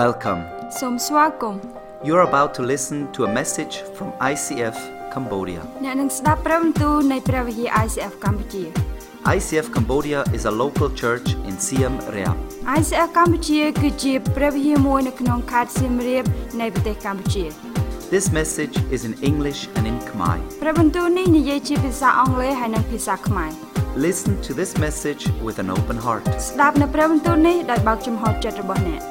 Welcome. សូមស្វាគមន៍ You're about to listen to a message from ICF Cambodia. អ្នកនឹងស្ដាប់ព្រមទូលនៃព្រះវិហារ ICF កម្ពុជា ICF Cambodia is a local church in Siem Reap. ICF កម្ពុជាគឺជាព្រះវិហារមួយនៅក្នុងខេត្តសៀមរាបនៃប្រទេសកម្ពុជា This message is in English and in Khmer. ព្រះបន្ទូលនេះនិយាយជាភាសាអង់គ្លេសហើយនិងភាសាខ្មែរ Listen to this message with an open heart. ស្ដាប់នៅព្រះបន្ទូលនេះដោយបើកចំហចិត្តរបស់អ្នក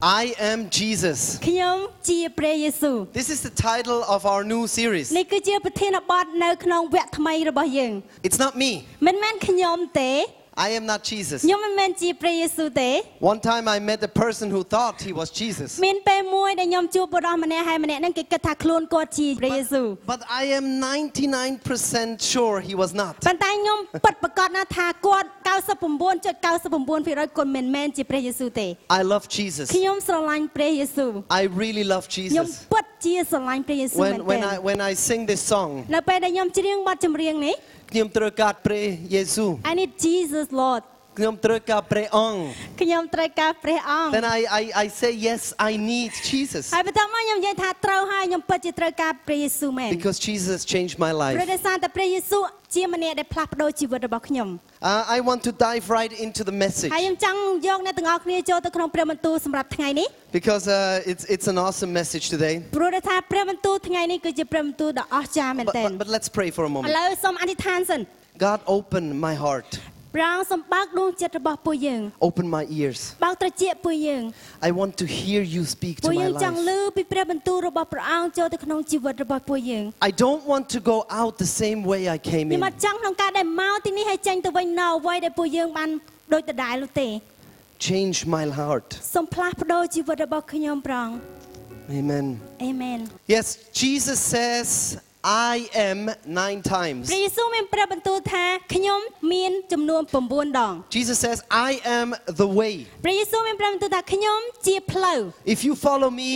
I am Jesus. ខ្ញុំជាព្រះយេស៊ូវ This is the title of our new series. នេះគឺជាប្រធានបទនៅក្នុងវគ្គថ្មីរបស់យើង It's not me. មិនមែនខ្ញុំទេ I am not Jesus. ខ្ញុំមិនមែនជាព្រះយេស៊ូវទេ One time I met a person who thought he was Jesus. មានពេលមួយដែលខ្ញុំជួបបុរសម្នាក់ហើយម្នាក់ហ្នឹងគេគិតថាខ្លួនគាត់ជាព្រះយេស៊ូវ But I am 99% sure he was not. ប៉ុន្តែខ្ញុំពិតប្រាកដណាស់ថាគាត់99.99%គាត់មិនមែនជាព្រះយេស៊ូវទេ I love Jesus. ខ្ញុំស្រឡាញ់ព្រះយេស៊ូវ I really love ខ្ញុំ Jesus. ពិតជាស្រឡាញ់ព្រះយេស៊ូវមែ When, ន when, ទែ I, ន when I sing this song, នៅពេលដែលខ្ញុំច្រៀងបទចម្រៀងនេះ ខ្ញុំត្រូវការព្រះយេស៊ូវ I need Jesus Lord ខ្ញុំត្រូវការព្រះអង្គ ខ្ញុំត្រូវការព្រះអង្គ Then I, I, I say, yes, I need Jesus. ហើយបន្តមកខ្ញុំនិយាយថាត្រូវហើយខ្ញុំពិតជាត្រូវការព្រះយេស៊ូវមែន Because Jesus changed my ព្រះ life. ដែលសារតែព្រះយេស៊ូវជាម្នាក់ដែលផ្លាស់ប្ដូរជីវិតរបស់ខ្ញុំ Uh, I want to dive right into the message. ហើយខ្ញុំចង់យកអ្នកទាំងអស់គ្នាចូលទៅក្នុងព្រះបន្ទូលសម្រាប់ថ្ងៃនេះ Because uh, it's, it's an awesome message today. ព្រោះដែលថាព្រះបន្ទូលថ្ងៃនេះគឺជាព្រះបន្ទូលដ៏អស្ចារ្យមែ But, នទែន but, but let's pray for a ឥ moment. ឡូវសូមអធិដ្ឋានសិន God, open my heart, ព្រះអង្គសម្បើកដួងចិត្តរបស់ពួកយើង open my ears. បើកត្រចៀកពួកយើង I want to hear you speak ពួ to កយើ my ងចង់ឮ life. ពីព្រះបន្ទូលរបស់ព្រះអង្គចូលទៅក្នុងជីវិតរបស់ពួកយើង I don't want to go out the same way I came ខ្ញុំអ in. ត់ចង់ក្នុងការដែលមកទីនេះហើយចេញទៅវិញនៅអ្វីដែលពួកយើងបានដូចដដែលនោះទេ Change my heart. សូមផ្លាស់ប្ដូរជីវិតរបស់ខ្ញុំប្រង Amen. អេមែន Yes, Jesus says, I am nine ព្រះ times. យេស៊ូវមានប្រាប់បន្ទូលថាខ្ញុំមានចំនួន9ដង Jesus says, I am the way. ព្រះយេស៊ូវមានប្រាប់បន្ទូលថាខ្ញុំជាផ្លូវ If you follow me,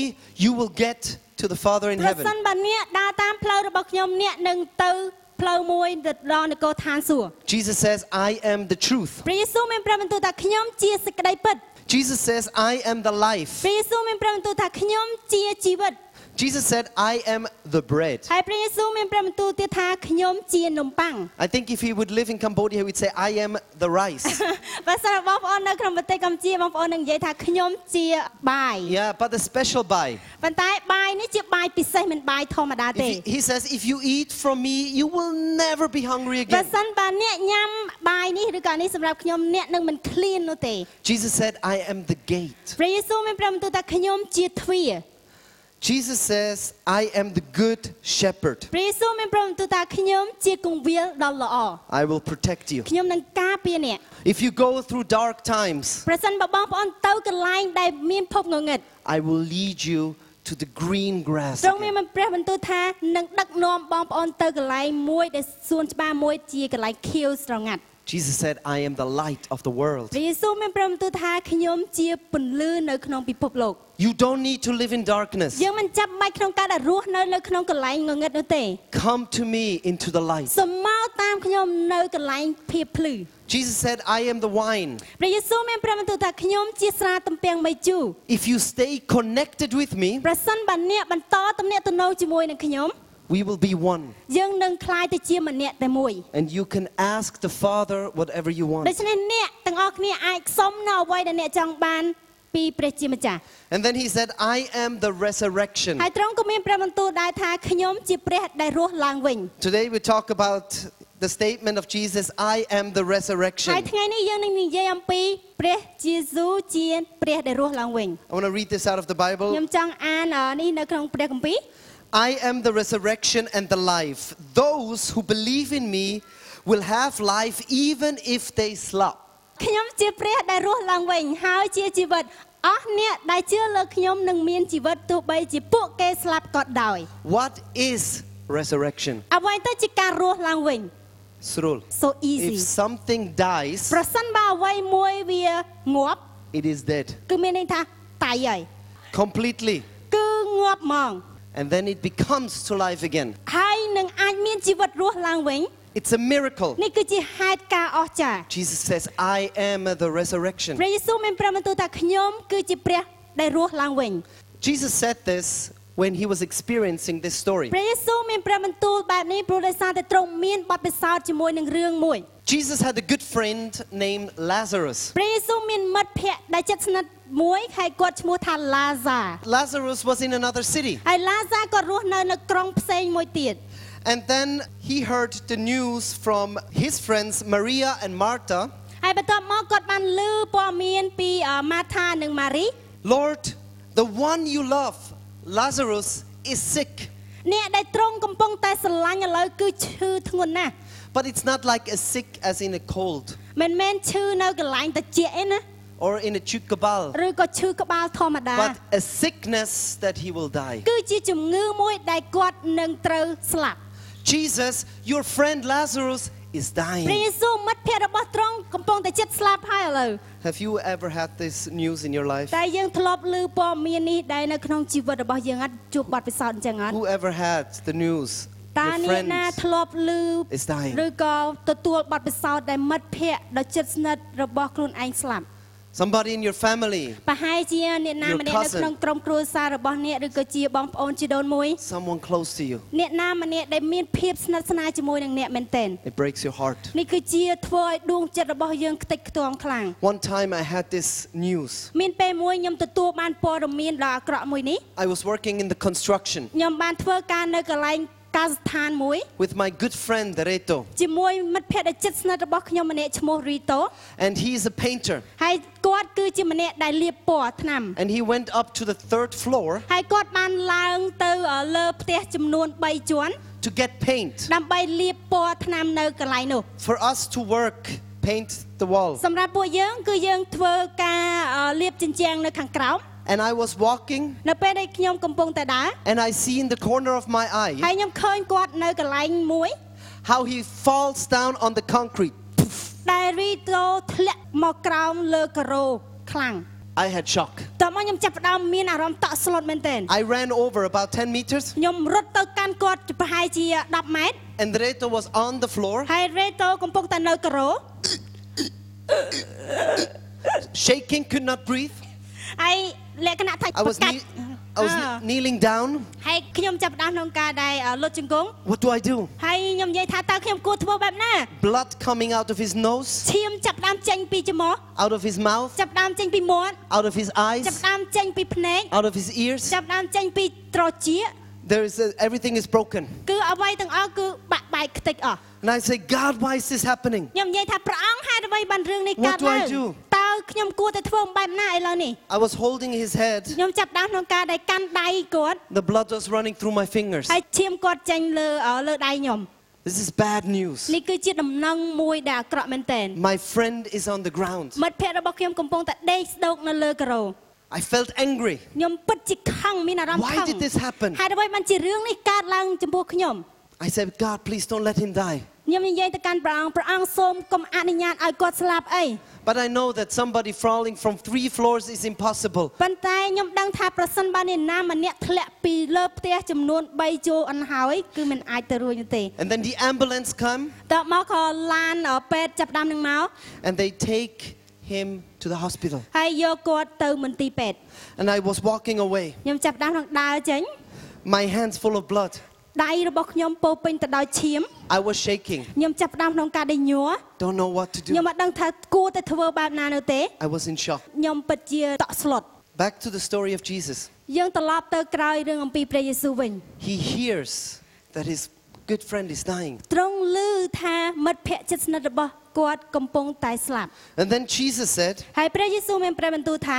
you will get to the Father in ប្រ heaven. សិនបើអ្នកដើរតាមផ្លូវរបស់ខ្ញុំអ្នកនឹងទៅផ្លូវមួយទៅដល់នគរឋានសួគ៌ Jesus says, I am the truth. ព្រះយេស៊ូវមានប្រាប់បន្ទូលថាខ្ញុំជាសេចក្តីពិត Jesus says, I am the life. ព្រះយេស៊ូវមានប្រាប់បន្ទូលថាខ្ញុំជាជីវិត Jesus said, I am the bread. ហើយព្រះយេស៊ូវមានប្រាប់បន្ទូលទៀតថាខ្ញុំជានំប៉័ង I think if he would live in Cambodia, he would say, I am the rice. បើសិនបងប្អូននៅក្នុងប្រទេសកម្ពុជាបងប្អូននឹងនិយាយថាខ្ញុំជាបាយ yeah, but the special buy. ប៉ុន្តែបាយនេះជាបាយពិសេសមិនបាយធម្មតាទេ If he, he says, if you eat from me, you will never be hungry បើ again. សិនបើអ្នកញ៉ាំបាយនេះឬក៏នេះសម្រាប់ខ្ញុំអ្នកនឹងមិនឃ្លាននោះទេ Jesus said, I am the gate. ព្រះយេស៊ូវមានប្រាប់បន្ទូលថាខ្ញុំជាទ្វារ Jesus says, I am the good shepherd. ព្រះយេស៊ូវមានប្រាប់បន្ទូលថាខ្ញុំជាគង្វាលដ៏ល្អ I will protect you. ខ្ញុំនឹងការពារអ្នក If you go through dark times, ប្រសិនបើបងប្អូនទៅកន្លែងដែលមានភពងងឹត I will lead you to the green grass. ទ្រង់ again. មានព្រះបន្ទូលថានឹងដឹកនាំបងប្អូនទៅកន្លែងមួយដែលសួនច្បារមួយជាកន្លែងខៀវស្រងាត់ Jesus said, I am the light of the world. ព្រះយេស៊ូវមានប្រាប់បន្ទូលថាខ្ញុំជាពន្លឺនៅក្នុងពិភពលោក You don't need to live in darkness. យើងមិនចាំបាច់ក្នុងការដែលរស់នៅនៅក្នុងកន្លែងងងឹតនោះទេ Come to me into the light. សូមមកតាមខ្ញុំនៅកន្លែងភាពភ្លឺ Jesus said, I am the wine. ព្រះយេស៊ូវមានប្រាប់បន្ទូលថាខ្ញុំជាស្រាទំពាំងមេជូរ If you stay connected with me, ប្រសិនបើអ្នកបន្តទំនាក់ទំនងជាមួយនឹងខ្ញុំ we will be one. យើងនឹងคลายទៅជាម្នាក់តែមួយ And you can ask the Father whatever you ដូ want. ច្នេះអ្នកទាំងអស់គ្នាអាចសុំនៅអ្វីដែលអ្នកចង់បានពីព្រះជាម្ចាស់ And then he said, I am the resurrection. ហើយត្រង់ក៏មានប្រាប់បន្ទូលដែរថាខ្ញុំជាព្រះដែលរស់ឡើងវិញ Today we talk about the statement of Jesus, I am the ហើយ resurrection. ថ្ងៃនេះយើងនឹងនិយាយអំពីព្រះយេស៊ូវជាព្រះដែលរស់ឡើងវិញ I want to read this out of the ខ្ញុំ Bible. ចង់អានអឺនេះនៅក្នុងព្រះគម្ពីរ I am the resurrection and the life. Those who believe in me will have life even if they slump. ខ្ញុំជាព្រះដែលរស់ឡើងវិញហើយជាជីវិតអស់អ្នកដែលជឿលើខ្ញុំនឹងមានជីវិតទោះបីជាពួកគេស្លាប់ក៏ដោយ What is resurrection? អ្វីទៅជាការរស់ឡើងវិញ Srul. so If easy something dies, ប្រសិនបើអ្វីមួយវាងាប់ it is dead គឺមានន័យថាតៃហើយ completely. គឺងាប់ហ្មង And then it becomes to life again. ហើយនឹងអាចមានជីវិតរស់ឡើងវិញ It's a miracle. នេះគឺជាហេតុការណ៍អស្ចារ្យ Jesus says, I am the resurrection. ព្រះយេស៊ូវមានប្រមាណទូលថាខ្ញុំគឺជាព្រះដែលរស់ឡើងវិញ Jesus said this when he was experiencing this story. ព្រះយេស៊ូវមានប្រមាណទូលបែបនេះព្រោះដោយសារតែទ្រង់មានបទពិសោធន៍ជាមួយនឹងរឿងមួយ Jesus had a good friend named Lazarus. ព្រះយេស៊ូវមានមិត្តភក្តិដែលជិតស្និទ្ធមួយហើយគាត់ឈ្មោះថាឡាហ្សា Lazarus was in another city, ហើយឡាហ្សាគាត់រស់នៅនៅក្រុងផ្សេងមួយទៀត and then he heard the news from his friends Maria and Martha ហើយបន្ទាប់មកគាត់បានឮព័ត៌មានពីម៉ាថានិងម៉ារី Lord, the one you love, Lazarus, is sick. អ្នកដែលទ្រង់កំពុងតែស្រឡាញ់ឥឡូវគឺឈឺធ្ងន់ណាស់ But it's not like a sick as in a cold មិនមែនឈឺនៅកន្លែងត្រជាក់ឯណា or in a chukabal, ឬក៏ឈឺក្បាលធម្មតា but a sickness that he will die. គឺជាជំងឺមួយដែលគាត់នឹងត្រូវស្លាប់ Jesus, your friend Lazarus, is ព្រះ dying. យេស៊ូវមិត្តភក្តិរបស់ទ្រង់កំពុងតែជិតស្លាប់ហើយឥឡូវ Have you ever had this news in your life? តែយើងធ្លាប់ឮព័ត៌មាននេះដែលនៅក្នុងជីវិតរបស់យើងអត់ជួបបទពិសោធន៍អញ្ចឹងអត់ Who ever had the news? តើ Your អ្នកណា friends. ធ្លាប់ឮ is dying. ឬក៏ទទួលបទពិសោធន៍ដែលមិត្តភក្តិដ៏ជិតស្និទ្ធរបស់ខ្លួនឯងស្លាប់ Somebody in your family. ប្រហែលជាអ្នកណា Your ម្នាក់នៅ cousin. ក្នុងក្រុមគ្រួសាររបស់អ្នកឬក៏ជាបងប្អូនជីដូនមួយ Someone close to you. អ្នកណាម្នាក់ដែលមានភាពស្និទ្ធស្នាលជាមួយនឹងអ្នកមែនទែន It breaks your heart. នេះគឺជាធ្វើឲ្យដួងចិត្តរបស់យើងខ្ទេចខ្ទាំខ្លាំង One time I had this news. មានពេលមួយខ្ញុំទទួលបានព័ត៌មានដ៏អាក្រក់មួយនេះ I was working in the construction ខ្ញុំបានធ្វើការនៅកន្លែងការដ្ឋានមួយ with my good friend Reto, ជាមួយមិត្តភក្តិដ៏ជិតស្និទ្ធរបស់ខ្ញុំម្នាក់ឈ្មោះរីតូ and he is a painter. ហើយគាត់គឺជាម្នាក់ដែលលាបពណ៌ថ្នាំ And he went up to the third floor ហើយគាត់បានឡើងទៅលើផ្ទះចំនួន3ជាន់ to get paint ដើម្បីលាបពណ៌ថ្នាំនៅកន្លែងនោះ for us to work, paint the wall. សម្រាប់ពួកយើងគឺយើងធ្វើការអឺលាបជញ្ជាំងនៅខាងក្រោម And I was walking, នៅពេលដែលខ្ញុំកំពុងតែដើរ and I see in the corner of my ហើ eye យខ្ញុំឃើញគាត់នៅកន្លែងមួយ how he falls down on the concrete. ដែលរីតូធ្លាក់មកក្រោមលើការ៉ូខ្លាំង I had shock. តោះមកខ្ញុំចាប់ផ្ដើមមានអារម្មណ៍តក់ស្លុតមែនទែន I ran over about 10 meters, ខ្ញុំរត់ទៅកាន់គាត់ប្រហែលជា10ម៉ែត្រ and Reto was on the floor, ហើយរេតូកំពុងតែនៅការ៉ូ shaking, could not breathe. ហើយលក្ខណៈថា I was, ប្រកាច់ knee- I was អឺ kne- kneeling down. ហើយខ្ញុំចាប់ផ្ដើមក្នុងការដែលអឺលុតជង្គង់ What do I do? ហើយខ្ញុំនិយាយថាតើខ្ញុំគួរធ្វើបែបណា Blood coming out of his nose, ឈាមចាប់ផ្ដើមចេញពីច្រមុះ out of his mouth, ចាប់ផ្ដើមចេញពីមាត់ out of his ចាប់ eyes, ផ្ដើមចេញពីភ្នែក out of his ears. ចាប់ផ្ដើមចេញពីត្រចៀក There is a, everything is broken. គឺអ្វីទាំងអស់គឺបាក់បែកខ្ទេចអស់ And I say, God, why is this happening? ខ្ញុំនិយាយថាព្រះអង្គហេតុអ្វីបានរឿងនេះ What កើត do I ឡើង do? តើខ្ញុំគួរតែធ្វើបែបណាឥឡូវនេះ I was holding his head. ខ្ញុំចាប់ផ្ដើមក្នុងការដែលកាន់ដៃគាត់ The blood was running through my fingers. ហើយឈាមគាត់ចេញលើអឺលើដៃខ្ញុំ This is bad news. នេះគឺជាដំណឹងមួយដែលអាក្រក់មែនទែន My friend is on the ground. មិត្តភក្តិរបស់ខ្ញុំកំពុងតែដេកស្ដោកនៅលើការ៉ូ I felt angry. ខ្ញុំពិតជាខឹងមានអារម្មណ៍ Why ខឹង did this happen? ហេតុអ្វីបានជារឿងនេះកើតឡើងចំពោះខ្ញុំ I said, God, please don't let him die. ខ្ញុំនិយាយទៅកាន់ព្រះអង្គព្រះអង្គសូមកុំអនុញ្ញាតឲ្យគាត់ស្លាប់អី But I know that somebody falling from three floors is impossible. ប៉ុន្តែខ្ញុំដឹងថាប្រសិនបើអ្នកណាម្នាក់ធ្លាក់ពីលើផ្ទះចំនួន3ជួរអនហើយគឺមិនអាចទៅរួចនោះទេ And then the ambulance come តបមកក៏ឡានអពេទ្យចាប់ផ្ដើមនឹងមក and they take him to the hospital. ហើយយកគាត់ទៅមន្ទីរពេទ្យ And I was walking away, ខ្ញុំចាប់ផ្ដើមនឹងដើរចេញ my hands full of blood. ដៃរបស់ខ្ញុំពោរពេញទៅដោយឈាម I was shaking, ខ្ញុំចាប់ផ្ដើមក្នុងការដេញញ័រ don't know what to ខ្ញុំ do. អត់ដឹងថាគួរតែធ្វើបែបណានោះទេ I was in shock. ខ្ញុំពិតជាតក់ស្លុត Back to the story of Jesus. យើងត្រឡប់ទៅក្រោយរឿងអំពីព្រះយេស៊ូវវិញ He hears that his good friend is dying. ទ្រង់ឮថាមិត្តភក្តិជិតស្និទ្ធរបស់គាត់កំពុងតែស្លាប់ And then Jesus said, ហើយព្រះយេស៊ូវមានព្រះបន្ទូលថា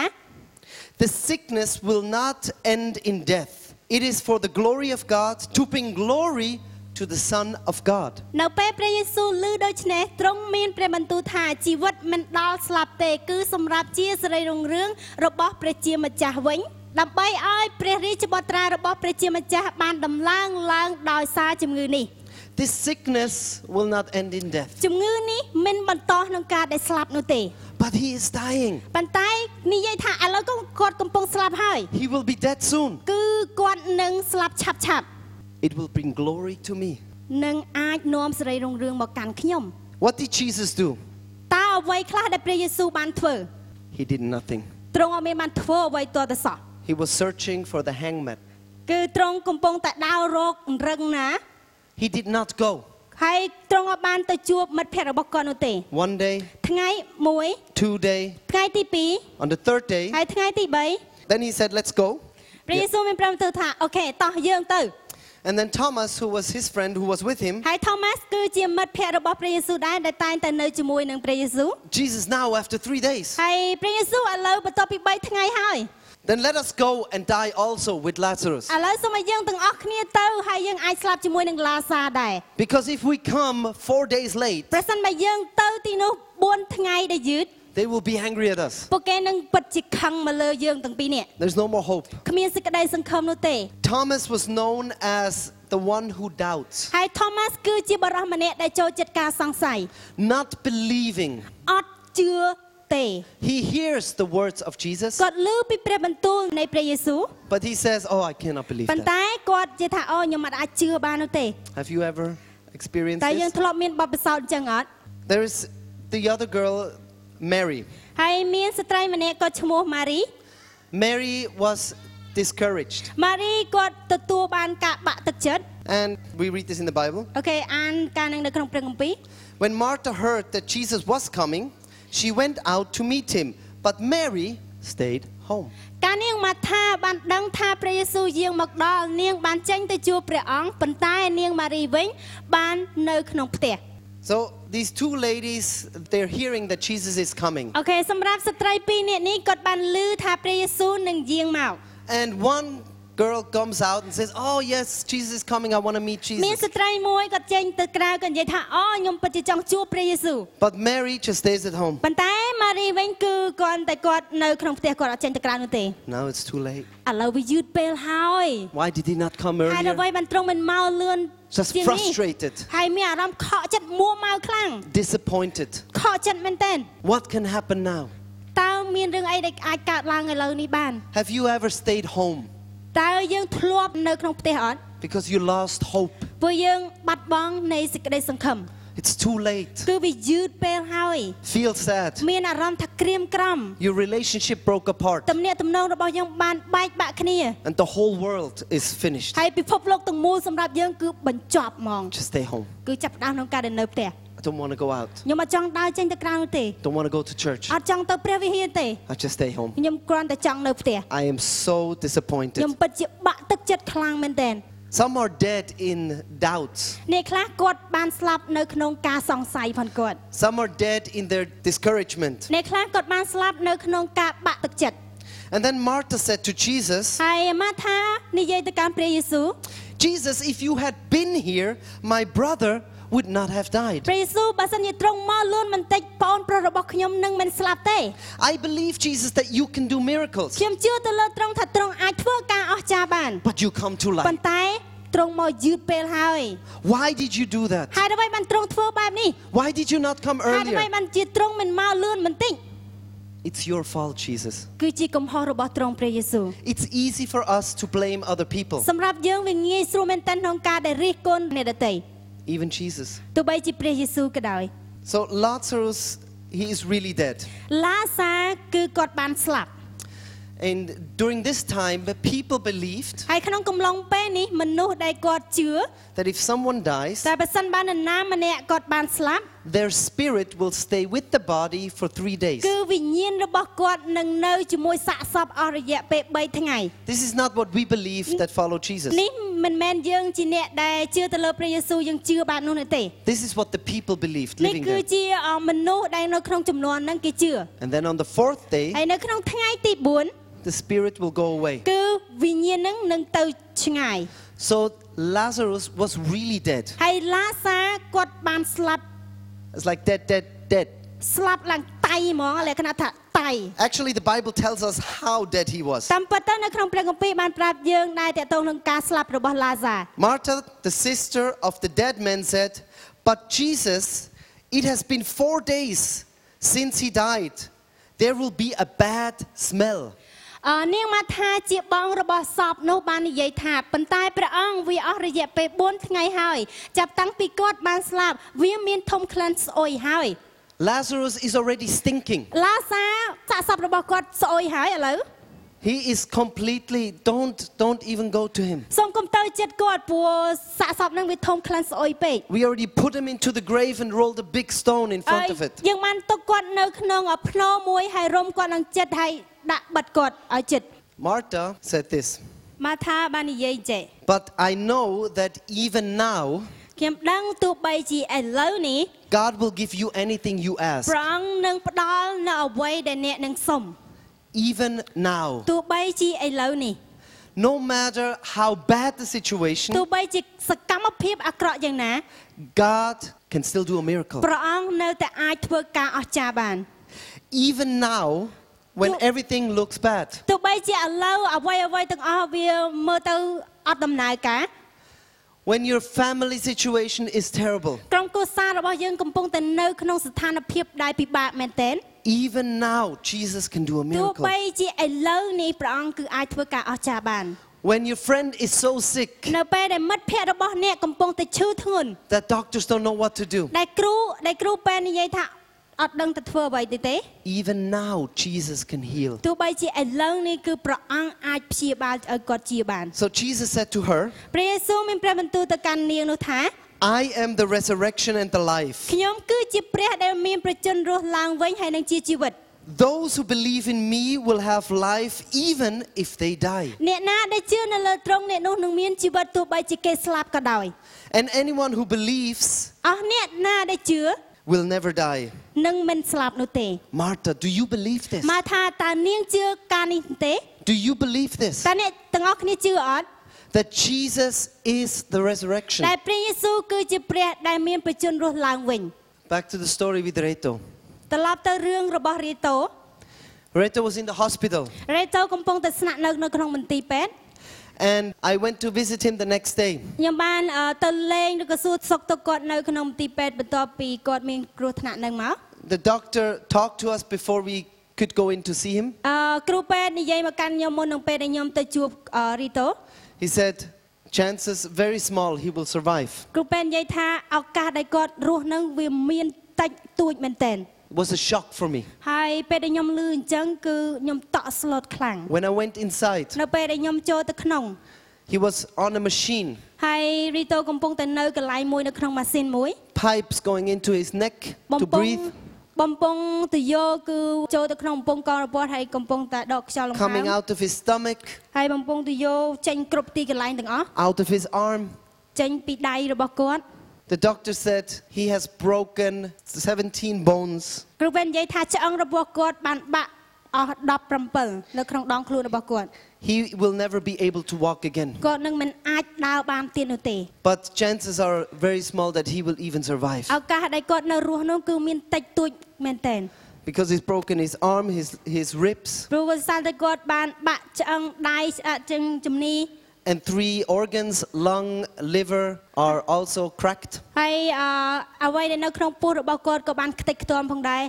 The sickness will not end in death. It is for the glory of God to bring glory to the Son of God. នៅពេលព្រះយេស៊ូវឮដូច្នេះទ្រង់មានព្រះបន្ទូលថាជីវិតមិនដល់ស្លាប់ទេ គឺសម្រាប់ជាសេរីរុងរឿងរបស់ព្រះជាម្ចាស់វិញ ដើម្បីឲ្យព្រះរាជបុត្រារបស់ព្រះជាម្ចាស់បានដំឡើងឡើងដោយសារជំងឺនេះ This sickness will not end in death. ជំងឺនេះមិនបន្តក្នុងការដែលស្លាប់នោះទេ But he is dying. ប៉ុន្តែនិយាយថាឥឡូវគាត់កំពុងស្លាប់ហើយ He will be dead soon. គឺគាត់នឹងស្លាប់ឆាប់ឆាប់ It will bring glory to me. នឹងអាចនាំសេរីរុងរឿងមកកាន់ខ្ញុំ What did Jesus do? តើអ្វីខ្លះដែលព្រះយេស៊ូវបានធ្វើ He did nothing. ទ្រង់អត់មានបានធ្វើអ្វីទាល់តែសោះ He was searching for the hangman. គឺទ្រង់កំពុងតែដើររករឹងណា He did not go. ហើយទ្រង់អត់បានទៅជួបមិត្តភក្តិរបស់គាត់នោះទេ One day, ថ្ងៃ1 two day, ថ្ងៃទី on the third day, 2ហើយថ្ងៃទី then he said, "Let's go." 3ព្រះយេស៊ូវមានប្រាប់ទៅថាអូខេតោះយើងទៅ And then Thomas, who was his friend who was with him, ហើយ Thomas គឺជាមិត្តភក្តិរបស់ព្រះយេស៊ូវដែរដែលតែងតែនៅជាមួយនឹងព្រះយេស៊ូវ Jesus now after 3 days, ហើយព្រះយេស៊ូវឥឡូវបន្ទាប់ពី3ថ្ងៃហើយ then let us go and die also with Lazarus. ឥឡូវសូមឲ្យយើងទាំងអស់គ្នាទៅហើយយើងអាចស្លាប់ជាមួយនឹងឡាសាដែរ Because if we come 4 days late, ប្រសិនបើយើងទៅទីនោះ4ថ្ងៃដែលយឺត they will be angry at us. ពួកគេនឹងពិតជាខឹងមកលើយើងទាំងពីរនេះ There's no more hope. គ្មានសេចក្តីសង្ឃឹមនោះទេ Thomas was known as the one who doubts, ហើយ Thomas គឺជាបរិសម្នាក់ដែលចូលចិត្តការសង្ស័យ not believing. អត់ជឿទេ He hears the words of Jesus, គាត់ឮពីព្រះបន្ទូលនៃព្រះយេស៊ូវ but he says, "Oh, I cannot believe ប៉ុ that." ន្តែគាត់និយាយថាអូខ្ញុំអត់អាចជឿបាននោះទេ Have you ever experienced តែយើង this? ធ្លាប់មានបទពិសោធន៍អញ្ចឹងអត់ There is the other girl, Mary. ហើយមានស្ត្រីម្នាក់គាត់ឈ្មោះម៉ារី Mary was discouraged. ម៉ារីគាត់ទទួលបានការបាក់ទឹកចិត្ត And we read this in the Bible. អូខេអានការនឹងនៅក្នុងព្រះគម្ពីរ When Martha heard that Jesus was coming, she went out to meet him, but Mary stayed home. ការនាងម៉ាថាបានដឹងថាព្រះយេស៊ូវយាងមកដល់នាងបានចេញទៅជួបព្រះអង្គប៉ុន្តែនាងម៉ារីវិញបាននៅក្នុងផ្ទះ So these two ladies, they're hearing that Jesus is coming. អូខេសម្រាប់ស្ត្រីពីរនាក់នេះគាត់បានឮថាព្រះយេស៊ូវនឹងយាងមក And one girl comes out and says, Oh, yes, Jesus is coming. I want to meet មាន Jesus. ស្ត្រីមួយគាត់ចេញទៅក្រៅគាត់និយាយថាអូខ្ញុំពិតជាចង់ជួបព្រះយេស៊ូវ But Mary just stays at home. ប៉ុន្តែម៉ារីវិញគឺគាត់តែគាត់នៅក្នុងផ្ទះគាត់អត់ចេញទៅក្រៅនោះទេ Now it's too late. ឥឡូវវាយឺតពេលហើយ Why did he not come ហើយអ្វី earlier? បានត្រង់មិនមកលឿន Just ជាងនេះ frustrated, ហើយមានអារម្មណ៍ខកចិត្តមួម៉ៅខ្លាំង disappointed. ខកចិត្តមែនតើ What can happen now? តើមានរឿងអីដែលអាចកើតឡើងឥឡូវនេះបាន Have you ever stayed home តើយើងធ្លាប់នៅក្នុងផ្ទះអត់ because you lost hope? ព្រោះយើងបាត់បង់នៃសេចក្តីសង្ឃឹម It's too late. គឺវាយឺតពេលហើយ Feel sad. មានអារម្មណ៍ថាក្រៀមក្រំ Your relationship broke apart ទំនាក់ទំនងរបស់យើងបានបែកបាក់គ្នា and the whole world is finished. ហើយពិភពលោកទាំងមូលសម្រាប់យើងគឺបញ្ចប់ហ្មង Just stay home. គឺចាប់ផ្ដើមក្នុងការដែលនៅផ្ទះ I don't want to go out. ខ្ញុំអត់ចង់ដើរចេញទៅក្រៅនោះទេ Don't want to go to church. អត់ចង់ទៅព្រះវិហារទេ I just stay home. ខ្ញុំគ្រាន់តែចង់នៅផ្ទះ I am so ខ្ញុំ disappointed. ពិតជាបាក់ទឹកចិត្តខ្លាំងមែនទែន Some are dead in doubts. អ្នកខ្លះគាត់បានស្លាប់នៅក្នុងការសង្ស័យផងគាត់ Some are dead in their discouragement. អ្នកខ្លះគាត់បានស្លាប់នៅក្នុងការបាក់ទឹកចិត្ត And then Martha said to Jesus, ហើយម៉ាថានិយាយទៅកាន់ព្រះយេស៊ូវ Jesus, if you had been here, my brother would not have died. ព្រះយេស៊ូវបើសិនជាទ្រង់មកលឿនបន្តិចប្អូនប្រុសរបស់ខ្ញុំនឹងមិនស្លាប់ទេ I believe, Jesus, that you can do miracles, ខ្ញុំជឿទៅលើទ្រង់ថាទ្រង់អាចធ្វើការអស្ចារ្យបាន but you come too ប៉ុ late. ន្តែទ្រង់មកយឺតពេលហើយ Why did you do that? ហើយអ្វីបានទ្រង់ធ្វើបែបនេះ Why did you not come ហើយអ្វី earlier? បានជាទ្រង់មិនមកលឿនបន្តិច It's your fault, Jesus. គឺជាកំហុសរបស់ទ្រង់ព្រះយេស៊ូវ It's easy for us to blame other people, សម្រាប់យើងវាងាយស្រួលមែនទែនក្នុងការដែលរិះគន់អ្នកដទៃ even Jesus. ទោះបីជាព្រះយេស៊ូវក៏ដោយ So Lazarus, he is really dead. ឡាសាគឺគាត់បានស្លាប់ And during this time, the people believed ហើយក្នុងកំឡុងពេលនេះមនុស្សដែលគាត់ជឿ that if someone dies, តែបើសិនបាននរណាម្នាក់គាត់បានស្លាប់ their spirit will stay with the body for three days. គឺវិញ្ញាណរបស់គាត់នឹងនៅជាមួយសាកសពអស់រយៈពេល3ថ្ងៃ This is not what we believe that follow Jesus. នេះមិនមែនយើងជាអ្នកដែលជឿទៅលើព្រះយេស៊ូវយើងជឿបែបនោះនោះទេ This is what the people believed នេះ living គឺ there. ជាអមនុស្សដែលនៅក្នុងចំនួនហ្នឹងគេជឿ And then on the fourth ហើ day, យនៅក្នុងថ្ងៃទី4 the spirit will go away. គឺវិញ្ញាណហ្នឹងនឹងទៅឆ្ងាយ So Lazarus was really dead. ហើយឡាសាគាត់បានស្លាប់ It's like dead, dead, dead. ស្លាប់ឡើងតៃហ្មងលក្ខណៈថាតៃ Actually, the Bible tells us how dead he was. តាមពិតទៅនៅក្នុងព្រះគម្ពីរបានប្រាប់យើងដែរតកតងនឹងការស្លាប់របស់ឡាសា Martha, the sister of the dead man, said, But Jesus, it has been four days since he died. There will be a bad smell. អឺនាងមកថាជាបងរបស់សពនោះបាននិយាយថាប៉ុន្តែព្រះអង្គវាអស់រយៈពេល4ថ្ងៃហើយចាប់តាំងពីគាត់បានស្លាប់វាមានធំក្លិនស្អុយហើយ Lazarus is already stinking. ឡាសាសាកសពរបស់គាត់ស្អុយហើយឥឡូវ He is completely don't don't even go to him. សូមកុំទៅចិត្តគាត់ព្រោះសាកសពនឹងវាធំក្លិនស្អុយពេក We already put him into the grave and rolled a big stone in ហើយ front of it. យើងបានទុកគាត់នៅក្នុងផ្លោមួយហើយរុំគាត់នឹងចិត្តហើយដាក់បិទគាត់ឲ្យចិត្ត Martha said this, មកថាបាននិយាយចេះ but I know that even now ខ្ញុំដឹងទោះបីជាឥឡូវនេះ God will give you anything you ask. ព្រះអង្គនឹងផ្ដល់នៅអ្វីដែលអ្នកនឹងសុំ Even now. ទោះបីជាឥឡូវនេះ No matter how bad the situation, ទោះបីជាសកម្មភាពអាក្រក់យ៉ាងណា God can still do a miracle. ព្រះអង្គនៅតែអាចធ្វើការអស្ចារ្យបាន Even now, when No. everything looks bad, ទោះបីជាឥឡូវអ្វីអ្វីៗទាំងអស់វាមើលទៅអត់ដំណើរការ when your family situation is terrible, ក្រុមគ្រួសាររបស់យើងកំពុងតែនៅក្នុងស្ថានភាពដែលពិបាកមែនទែន even now, Jesus can do a ទោះ miracle. បីជាឥឡូវនេះព្រះអង្គគឺអាចធ្វើការអស្ចារ្យបាន When your friend is so sick នៅពេលដែលមិត្តភ័ក្តិរបស់អ្នកកំពុងតែឈឺធ្ងន់ that doctors don't know what to do, ដែលគ្រូដែលគ្រូពេទ្យនិយាយថាអត់ដឹងទៅធ្វើអ្វីទេទេ even now, Jesus can heal. ទោះបីជាឥឡូវនេះគឺព្រះអង្គអាចព្យាបាលឲ្យគាត់ជាបាន So Jesus said to her, ព្រះយេស៊ូវមានព្រះបន្ទូលទៅកាន់នាងនោះថា I am the resurrection and the life. ខ្ញុំគឺជាព្រះដែលមានប្រជញ្ញរស់ឡើងវិញហើយនឹងជាជីវិត Those who believe in me will have life even if they die. អ្នកណាដែលជឿនៅលើត្រង់អ្នកនោះនឹងមានជីវិតទោះបីជាគេស្លាប់ក៏ដោយ And anyone who believes អស់អ្នកណាដែលជឿ will never die. នឹងមិនស្លាប់នោះទេ Martha, do you believe this? មកថាតើនាងជឿការនេះទេ Do you believe this? តើអ្នកទាំងអស់គ្នាជឿអត់ That Jesus is the resurrection. ដែលព្រះយេស៊ូវគឺជាព្រះដែលមានប្រជញ្ញរស់ឡើងវិញ Back to the story with Reto. ត្រឡប់ទៅរឿងរបស់រីតូ Reto was in the hospital, រ៉េតូកំពុងតែស្នាក់នៅនៅក្នុងមន្ទីរពេទ្យ and I went to visit him the next day. ខ្ញុំបានអឺទៅលេងឬក៏សួរសុខទុក្ខគាត់នៅក្នុងមន្ទីរពេទ្យបន្ទាប់ពីគាត់មានគ្រោះថ្នាក់នឹងមក The doctor talked to us before we could go in to see him. អឺគ្រូពេទ្យនិយាយមកកាន់ខ្ញុំមុននឹងពេលដែលខ្ញុំទៅជួបអឺរីតូ He said, Chances very small he will survive. គ្រូពេទ្យនិយាយថាឱកាសដែលគាត់រស់នឹងវាមានតិចតួចមែនទែន It was a shock for me. ហើយពេលដែលខ្ញុំឮអញ្ចឹងគឺខ្ញុំតក់ស្លុតខ្លាំង When I went inside, នៅពេលដែលខ្ញុំចូលទៅក្នុង he was on a machine, ហើយរីតូកំពុងតែនៅកន្លែងមួយនៅក្នុងម៉ាស៊ីនមួយ pipes going into his neck បំ to ពង់ breathe, បំពង់ទយោគឺចូលទៅក្នុងបំពង់កងរពាត់ហើយកំពុងតែដកខ្យល់លំហើម coming out of his stomach, ហើយបំពង់ទយោចេញគ្រប់ទីកន្លែងទាំងអស់ out of his arm. ចេញពីដៃរបស់គាត់ The doctor said he has broken 17 bones. គ្រូពេទ្យនិយាយថាឆ្អឹងរបស់គាត់បានបាក់អស់17នៅក្នុងដងខ្លួនរបស់គាត់ He will never be able to walk again. គាត់នឹងមិនអាចដើរបានទៀតនោះទេ But chances are very small that he will even survive ឱកាសដែលគាត់នៅរស់នោះគឺមានតិចតួចមែនទែន because he's broken his arm, his, his ribs, ព្រោះវាសាលតែគាត់បានបាក់ឆ្អឹងដៃស្អកជើងជំនី and three organs, lung, liver, are also cracked. ហើយអអ្វីដែលនៅក្នុងពោះរបស់គាត់ក៏បានខ្ទេចខ្ទាំផងដែរ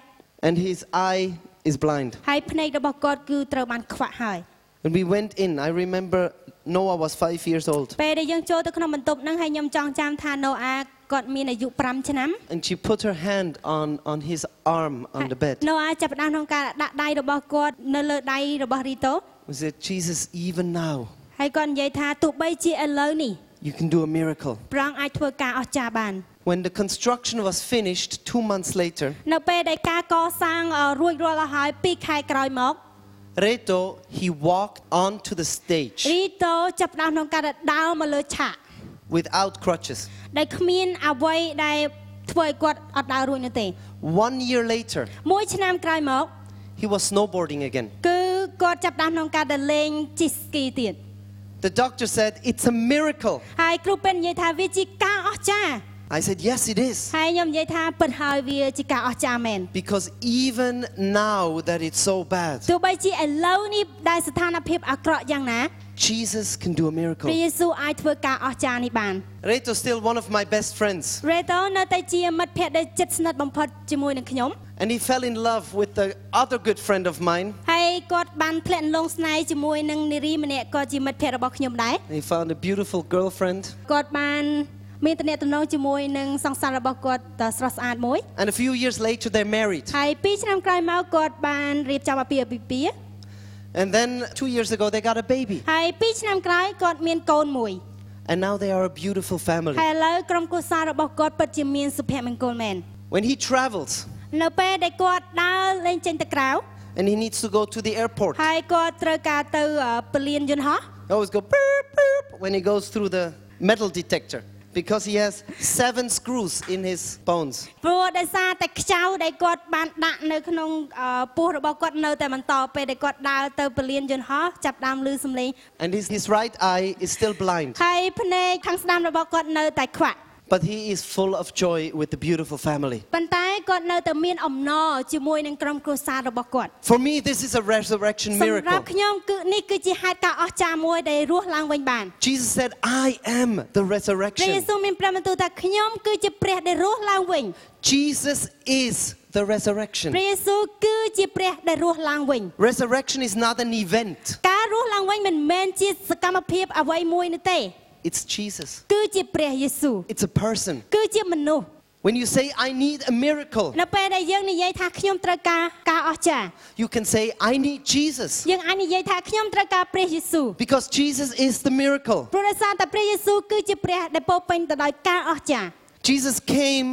and his eye is blind. ហើយភ្នែករបស់គាត់គឺត្រូវបានខ្វាក់ហើយ When we went in, I remember Noah was five years old, ពេលដែលយើងចូលទៅក្នុងបន្ទប់ហ្នឹងហើយខ្ញុំចង់ចាំថាណូអាគាត់មានអាយុ5ឆ្នាំ and she put her hand on, on his arm on the bed. ណូអាចាប់ផ្ដើមក្នុងការដាក់ដៃរបស់គាត់នៅលើដៃរបស់រីតូ We said, Jesus, even now, ហើយគាត់និយាយថាទោះបីជាឥឡូវនេះ you can do a miracle. ព្រះអង្គអាចធ្វើការអស្ចារ្យបាន When the construction was finished two months later, នៅពេលដែលការកសាងអឺរួចរាល់ហើយ ពីរខែក្រោយមក Reto, he walked onto the stage រីតូចាប់ផ្ដើមក្នុងការដើរមកលើឆាក without crutches. ដែលគ្មានអ្វីដែលធ្វើឲ្យគាត់អត់ដើររួចនោះទេ One year later, មួយឆ្នាំក្រោយមក he was snowboarding again. គឺគាត់ចាប់ផ្ដើមក្នុងការទៅលេងជិះស្គីទៀត The doctor said, It's a miracle. ហើយគ្រូពេទ្យនិយាយថាវាជាការអស្ចារ្យ I said, Yes, it is. ហើយខ្ញុំនិយាយថាពិតហើយវាជាការអស្ចារ្យមែន Because even now that it's so bad, ទោះបីជាឥឡូវនេះដែលស្ថានភាពអាក្រក់យ៉ាងណា Jesus can do a ព្រះ miracle. យេស៊ូវអាចធ្វើការអស្ចារ្យនេះបាន Reto is still one of my best friends. រ៉េតូនៅតែជាមិត្តភក្តិដែលជិតស្និទ្ធបំផុតជាមួយនឹងខ្ញុំ And he fell in love with the other good friend of mine. ហើយគាត់បានធ្លាក់លងស្នេហ៍ជាមួយនឹងនារីម្នាក់ក៏ជាមិត្តភក្តិរបស់ខ្ញុំដែរ He found a beautiful girlfriend. គាត់បានមានទំនាក់ទំនងជាមួយនឹងសង្សាររបស់គាត់ដ៏ស្រស់ស្អាតមួយ And a few years later, they're married. ហើយ2ឆ្នាំក្រោយមកគាត់បានរៀបចំអាពាហ៍ពិពាហ៍ And then two years ago, they got a baby. ហើយ2ឆ្នាំក្រោយគាត់មានកូនមួយ And now they are a beautiful family. ហើយឥឡូវក្រុមគ្រួសាររបស់គាត់ពិតជាមានសុភមង្គលមែន When he travels នៅពេលដែលគាត់ដើរលេងចេញទៅក្រៅ and he needs to go to the airport, ហើយគាត់ត្រូវការទៅអឺពលានយន្តហោះ he always go beep, beep when he goes through the metal detector because he has seven screws in his bones. ព្រោះដោយសារតែខ្ចៅដែលគាត់បានដាក់នៅក្នុងអឺពោះរបស់គាត់នៅតែបន្តពេលដែលគាត់ដើរទៅពលានយន្តហោះចាប់ដើមលឺសំឡេង And his, his right eye is still blind, ហើយភ្នែកខាងស្ដាំរបស់គាត់នៅតែខ្វាក់ but he is full of joy with the beautiful family. ប៉ុន្តែគាត់នៅតែមានអំណរជាមួយនឹងក្រុមគ្រួសាររបស់គាត់ For me, this is a resurrection សម្រាប់ miracle. ខ្ញុំគឺនេះគឺជាហេតុការណ៍អស្ចារ្យមួយដែលរស់ឡើងវិញបាន Jesus said, I am the ព្រះយេ resurrection. ស៊ូវមានប្រមាណទូលថាខ្ញុំគឺជាព្រះដែលរស់ឡើងវិញ Jesus is the ព្រះ resurrection. យេស៊ូវគឺជាព្រះដែលរស់ឡើងវិញ Resurrection is not an event, ការរស់ឡើងវិញមិនមែនជាសកម្មភាពអ្វីមួយនោះទេ it's Jesus. គឺជាព្រះយេស៊ូវ It's a person. គឺជាមនុស្ស When you say, I need a miracle, នៅពេលដែលយើងនិយាយថាខ្ញុំត្រូវការការអស្ចារ្យ you can say, I need Jesus. យើងអាចនិយាយថាខ្ញុំត្រូវការព្រះយេស៊ូវ Because Jesus is the miracle. ព្រោះដោយសារតែព្រះយេស៊ូវគឺជាព្រះដែលពោរពេញទៅដោយការអស្ចារ្យ Jesus came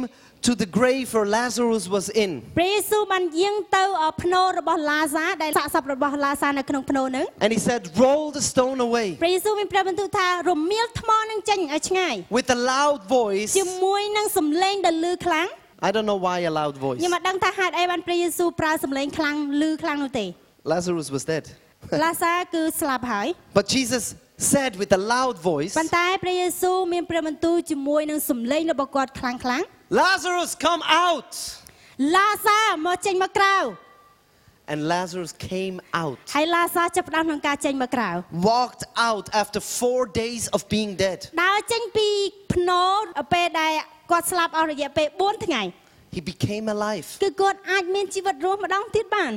to the grave where Lazarus was in, ព្រះយេស៊ូវបានយាងទៅភ្នោរបស់ឡាហ្សាដែលសាកសពរបស់ឡាហ្សានៅក្នុងភ្នោហ្នឹង and he said, Roll the stone away. ព្រះយេស៊ូវមានព្រះបន្ទូលថារមៀលថ្មនឹងចេញឲ្យឆ្ងាយ With a loud voice. ជាមួយនឹងសំឡេងដ៏លឺខ្លាំង I don't know why a loud voice. ខ្ញុំមិនដឹងថាហេតុអីបានព្រះយេស៊ូវប្រើសំឡេងខ្លាំងលឺខ្លាំងនោះទេ Lazarus was dead. ឡាហ្សាគឺស្លាប់ហើយ But Jesus said with a loud voice, ប៉ុន្តែព្រះយេស៊ូវមានព្រះបន្ទូលជាមួយនឹងសំឡេងរបស់គាត់ខ្លាំងខ្លាំង Lazarus, come out! ឡាហ្សាមកចេញមកក្រៅ And Lazarus came out, ហើយឡាហ្សាចាប់ផ្ដើមក្នុងការចេញមកក្រៅ walked out after four days of being dead. ដើរចេញពីភ្នោពេលដែលគាត់ស្លាប់អស់រយៈពេល4ថ្ងៃ He became alive. គឺគាត់អាចមានជីវិតរស់ម្ដងទៀតបាន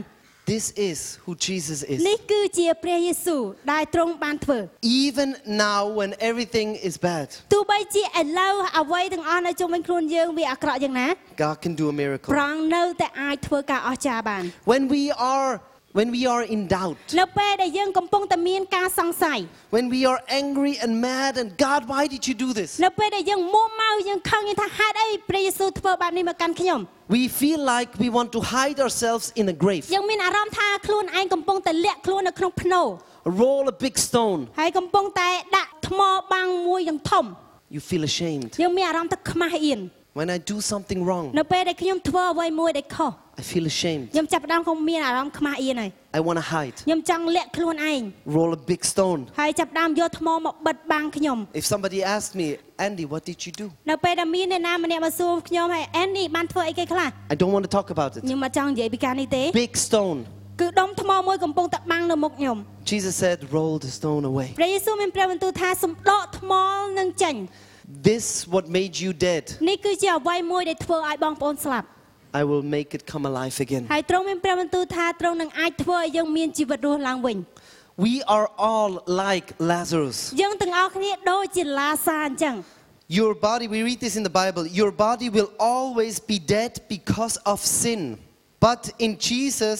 This is who Jesus is. នេះគឺជាព្រះយេស៊ូវដែលទ្រង់បានធ្វើ Even now, when everything is bad, ទោះបីជាឥឡូវអ្វីទាំងអស់នៅជុំវិញខ្លួនយើងវាអាក្រក់យ៉ាងណា God can do a ប្រ miracle. ងនៅតែអាចធ្វើការអស្ចារ្យបាន When we are when we are in doubt, នៅពេលដែលយើងកំពុងតែមានការសង្ស័យ when we are angry and mad and God, why did you do this? នៅពេលដែលយើងមួម៉ៅយើងខឹងយើងថាហេតុអីព្រះយេស៊ូវធ្វើបែបនេះមកកាន់ខ្ញុំ We feel like we want to hide ourselves in a grave, យើងមានអារម្មណ៍ថាខ្លួនឯងកំពុងតែលាក់ខ្លួននៅក្នុងភ្នោ roll a big stone. ហើយកំពុងតែដាក់ថ្មបាំងមួយយ៉ាងធំ You feel ashamed. យើងមានអារម្មណ៍ថាខ្មាស់អៀន When I do something wrong, នៅពេលដែលខ្ញុំធ្វើអ្វីមួយដែលខុស I feel ashamed. ខ្ញុំចាប់ផ្ដើមក៏មានអារម្មណ៍ខ្មាស់អៀនហើយ I want to hide. ខ្ញុំចង់លាក់ខ្លួនឯង Roll a big stone. ហើយចាប់ផ្ដើមយកថ្មមកបិទបាំងខ្ញុំ If somebody asked me, Andy, what did you do? នៅពេលដែលមានអ្នកណាម្នាក់មកសួរខ្ញុំហើយអេននេះបានធ្វើអីគេខ្លះ I don't want to talk about it. ខ្ញុំមកចង់និយាយពីការនេះទេ Big stone. គឺដុំថ្មមួយកំពុងតែបាំងនៅមុខខ្ញុំ Jesus said, roll the stone away. ព្រះយេស៊ូវមានព្រះបន្ទូលថាសម្ដកថ្មនឹងចេញ This what made you dead. នេះគឺជាអ្វីមួយដែលធ្វើឲ្យបងប្អូនស្លាប់ I will make it come alive again. ហើយទ្រង់មានព្រះបន្ទូលថាទ្រង់នឹងអាចធ្វើឲ្យយើងមានជីវិតរស់ឡើងវិញ We are all like Lazarus. យើងទាំងអស់គ្នាដូចជាឡាសាអញ្ចឹង Your body, we read this in the Bible, your body will always be dead because of sin. But in Jesus,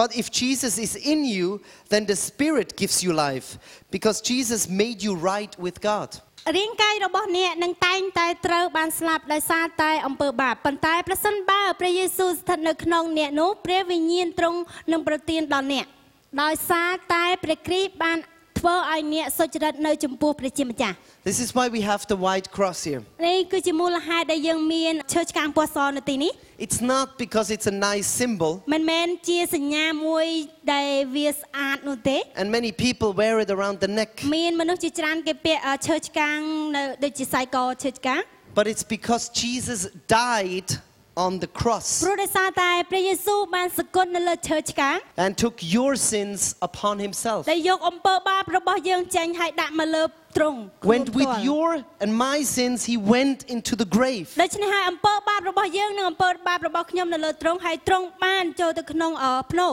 but if Jesus is in you, then the spirit gives you life because Jesus made you right with God. រាងកាយរបស់អ្នកនឹងតែងតែត្រូវបានស្លាប់ដោយសារតែអំពើបាបប៉ុន្តែប្រសិនបើព្រះយេស៊ូវស្ថិតនៅក្នុងអ្នកនោះព្រះវិញ្ញាណទ្រង់នឹងប្រទានដល់អ្នកដោយសារតែព្រះគ្រីស្ទបានធ្វើឲ្យអ្នកសុចរិតនៅចំពោះព្រះជាម្ចាស់ This is why we have the white cross here. នេះគឺជាមូលហេតុដែលយើងមានឈើឆ្កាងពណ៌សនៅទីនេះ It's not because it's a nice symbol មិនមែនជាសញ្ញាមួយដែលវាស្អាតនោះទេ and many people wear it around the neck, មានមនុស្សជាច្រើនគេពាក់អ่าឈើឆ្កាងនៅដូចជាសាយកឈើឆ្កាង but it's because Jesus died on the cross ព្រោះដោយសារតែព្រះយេស៊ូវបានសគន់នៅលើឈើឆ្កាង and took your sins upon himself. ដែលយកអំពើបាបរបស់យើងចេញហើយដាក់មកលើទ្រង់ Went ខ្លួន with ផ្ទាល់ your and my sins, he went into the grave. ដូច្នេះហើយអំពើបាបរបស់យើងនិងអំពើបាបរបស់ខ្ញុំនៅលើទ្រង់ហើយទ្រង់បានចូលទៅក្នុងអឺភ្នូ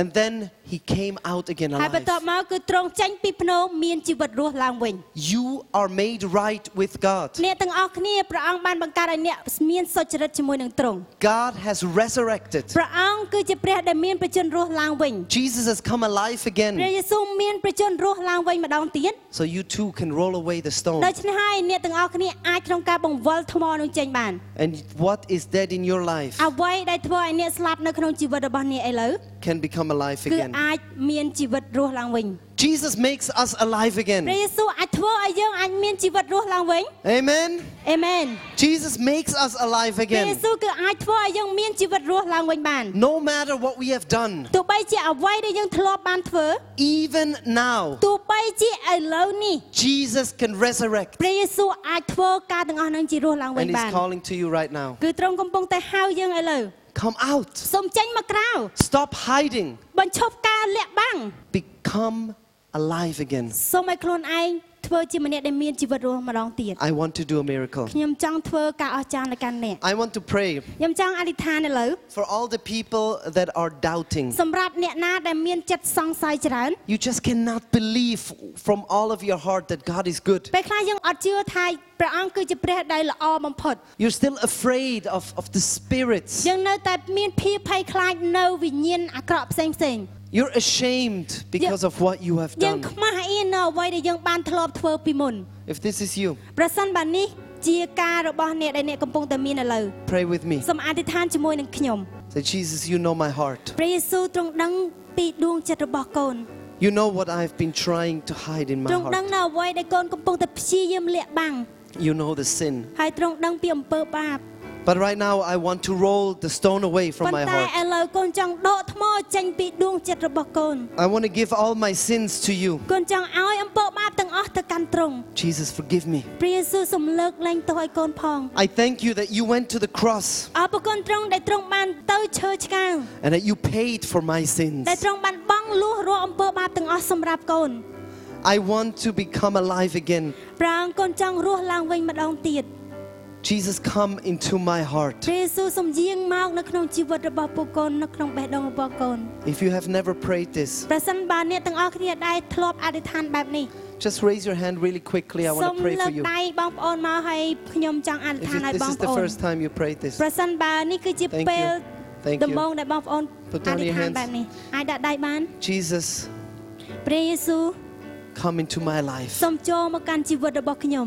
And then he came out again ហើយបន្ទាប់ alive. មកគឺទ្រង់ចេញពីភ្នូមានជីវិតរស់ឡើងវិញ You are made right with God. អ្នកទាំងអស់គ្នាព្រះអង្គបានបង្កើតឲ្យអ្នកមានសុចរិតជាមួយនឹងទ្រង់ God has resurrected. ព្រះអង្គគឺជាព្រះដែលមានប្រជញ្ញរស់ឡើងវិញ Jesus has come alive ព្រះ again. យេស៊ូវមានប្រជញ្ញរស់ឡើងវិញម្ដងទៀត So you too can roll away the stone. ដូច្នេះហើយអ្នកទាំងអស់គ្នាអាចក្នុងការបង្វិលថ្មនោះចេញបាន And what is dead in your life អ្វីដែលធ្វើឲ្យអ្នកស្លាប់នៅក្នុងជីវិតរបស់អ្នកឥឡូវ can become alive គឺ again. អាចមានជីវិតរស់ឡើងវិញ Jesus makes us alive ព្រះ again. យេស៊ូវអាចធ្វើឲ្យយើងអាចមានជីវិតរស់ឡើងវិញ Amen. អេមែន Jesus makes us alive ព្រះយេ again. ស៊ូវគឺអាចធ្វើឲ្យយើងមានជីវិតរស់ឡើងវិញបាន No matter what we have done, ទោះបីជាអ្វីដែលយើងធ្លាប់បានធ្វើ even now, ទោះបីជាឥឡូវនេះ Jesus can resurrect. ព្រះយេស៊ូវអាចធ្វើការទាំងអស់ហ្នឹងជារស់ឡើងវិញ And he's បាន calling to you right now. គឺទ្រង់កំពុងតែហៅយើងឥឡូវ Come out. សូមចេញមកក្រៅ Stop hiding. បញ្ឈប់ការលាក់បាំង Become alive again. សូមឲ្យខ្លួនឯងធ្វើជាម្នាក់ដែលមានជីវិតរស់ម្ដងទៀត I want to do a miracle. ខ្ញុំចង់ធ្វើការអស្ចារ្យនៅកាន់អ្នក I want to pray ខ្ញុំចង់អធិដ្ឋានឥឡូវ for all the people that are doubting. សម្រាប់អ្នកណាដែលមានចិត្តសង្ស័យច្រើន You just cannot believe from all of your heart that God is good. ពេលខ្លះយើងអត់ជឿថាព្រះអង្គគឺជាព្រះដែលល្អបំផុត You're still afraid of, of the spirits. យើងនៅតែមានភាពភ័យខ្លាចនៅវិញ្ញាណអាក្រក់ផ្សេងផ្សេង You're ashamed because of what you have យើង done. ខ្មាស់អៀននៅអ្វីដែលយើងបានធ្លាប់ធ្វើពីមុន If this is you, ប្រសិនបើនេះជាការរបស់អ្នកដែលអ្នកកំពុងតែមានឥឡូវ pray with me. សូមអធិដ្ឋានជាមួយនឹងខ្ញុំ Say, Jesus, you know my heart. ព្រះយេស៊ូវទ្រង់ដឹងពីដួងចិត្តរបស់កូន You know what I've been trying to hide in my ទ្រង់ដឹង heart. នៅអ្វីដែលកូនកំពុងតែព្យាយាមលាក់បាំង You know the sin. ហើយទ្រង់ដឹងពីអំពើបាប But right now, I want to roll the stone away ប៉ុ from my ន្តែ heart. ឥឡូវកូនចង់ដកថ្មចេញពីដួងចិត្តរបស់កូន I want to give all my sins to you. កូនចង់ឲ្យអំពើបាបទាំងអស់ទៅកាន់ទ្រង់ Jesus, forgive me. ព្រះយេស៊ូវសំលើកលែងទោសឲ្យកូនផង I thank you that you went to the cross អរព្រគុណទ្រង់ដែលទ្រង់បានទៅឈើឆ្កាង and that you paid for my sins. ដែលទ្រង់បានបង់លួសរាល់អំពើបាបទាំងអស់សម្រាប់កូន I want to become alive again. ព្រះអង្គកូនចង់រស់ឡើងវិញម្ដងទៀត Jesus, come into my heart. ព្រះយេស៊ូវសំយាងមកនៅក្នុងជីវិតរបស់ពួកកូននៅក្នុងបេះដូងរបស់កូន If you have never prayed this, ប្រសិនបើអ្នកទាំងអស់គ្នាដែលធ្លាប់អធិដ្ឋានបែបនេះ just raise your hand really quickly. I សូម want to pray លើ for ក you. ដៃបងប្អូនមកហើយខ្ញុំចង់អធិ If ដ្ឋានឲ្យ it- ប this ង is the ប្អូន first time you prayed this, ប្រសិនបើនេះគឺជា Thank you. ពេល Thank you. ដំបូងដែលបងប្អូន Put អ down ធិ your ដ្ឋាន hands. បែបនេះអាចដាក់ដៃបាន Jesus, ព្រះយេស៊ូវ come into my life. សូមចូលមកកាន់ជីវិតរបស់ខ្ញុំ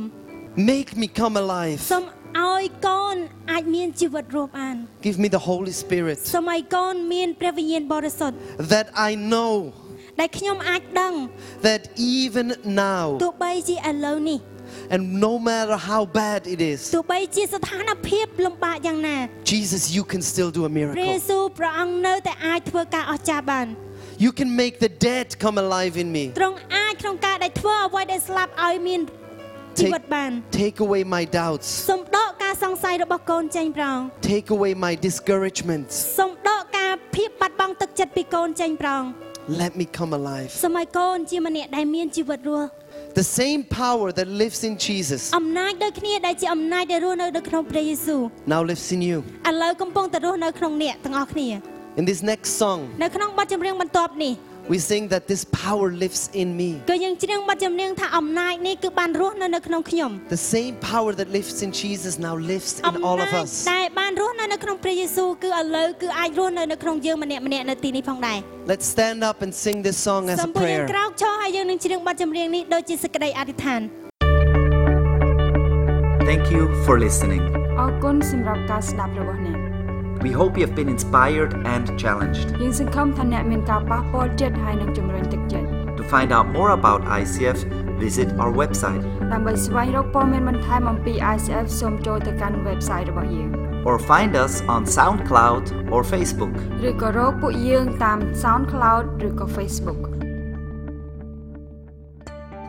Make me come alive. សូមឲ្យកូនអាចមានជីវិតរស់បាន Give me the Holy Spirit សូមឲ្យកូនមានព្រះវិញ្ញាណបរិសុទ្ធ that I know ដែលខ្ញុំអាចដឹង that even now, ទោះបីជាឥឡូវនេះ and no matter how bad it is, ទោះបីជាស្ថានភាពលំបាកយ៉ាងណា Jesus, you can still do a ព្រះយេ miracle. ស៊ូវព្រះអង្គនៅតែអាចធ្វើការអស្ចារ្យបាន You can make the dead come alive in me. ទ្រង់អាចក្នុងការដែលធ្វើអ្វីដែលស្លាប់ឲ្យមានជីវិត Take, បាន take away my doubts. សូមដកការសង្ស័យរបស់កូនចេញព្រះអង្គ Take away my discouragements. សូមដកការភាពបាត់បង់ទឹកចិត្តពីកូនចេញព្រះអង្គ Let me come alive. សូមឲ្យកូនជាម្នាក់ដែលមានជីវិតរស់ The same power that lives in Jesus អំណាចដូចគ្នាដែលជាអំណាចដែលរស់នៅក្នុងព្រះយេស៊ូវ now lives in you. ឥឡូវកំពុងតែរស់នៅក្នុងអ្នកទាំងអស់គ្នា In this next song, នៅក្នុងបទចម្រៀងបន្ទាប់នេះ we sing that this power lives in me. គឺយើងច្រៀងបទចម្រៀងថាអំណាចនេះគឺបានរស់នៅនៅក្នុងខ្ញុំ The same power that lives in Jesus now lives អំ in all ណា of ច us. ដែលបានរស់នៅនៅក្នុងព្រះយេស៊ូវគឺឥឡូវគឺអាចរស់នៅនៅក្នុងយើងម្នាក់ម្នាក់នៅទីនេះផងដែរ Let's stand up and sing this song as សូ a មពួកយើង prayer. ក្រោកឈរហើយយើងនឹងច្រៀងបទចម្រៀងនេះដូចជាសេចក្តីអធិដ្ឋាន Thank you for listening. អរគុណសម្រាប់ការស្ដាប់របស់អ្នក We hope you have been inspired and challenged. យើងសង្ឃឹមថាអ្នកមានការប៉ះពាល់ចិត្តហើយនឹងជំរុញទឹកចិត្ត To find out more about ICF, visit our website ដើម្បីស្វែងរកព័ត៌មានបន្ថែមអំពី ICF សូមចូលទៅកាន់ website របស់យើង or find us on SoundCloud or Facebook. ឬក៏រកពួកយើងតាម SoundCloud ឬក៏ Facebook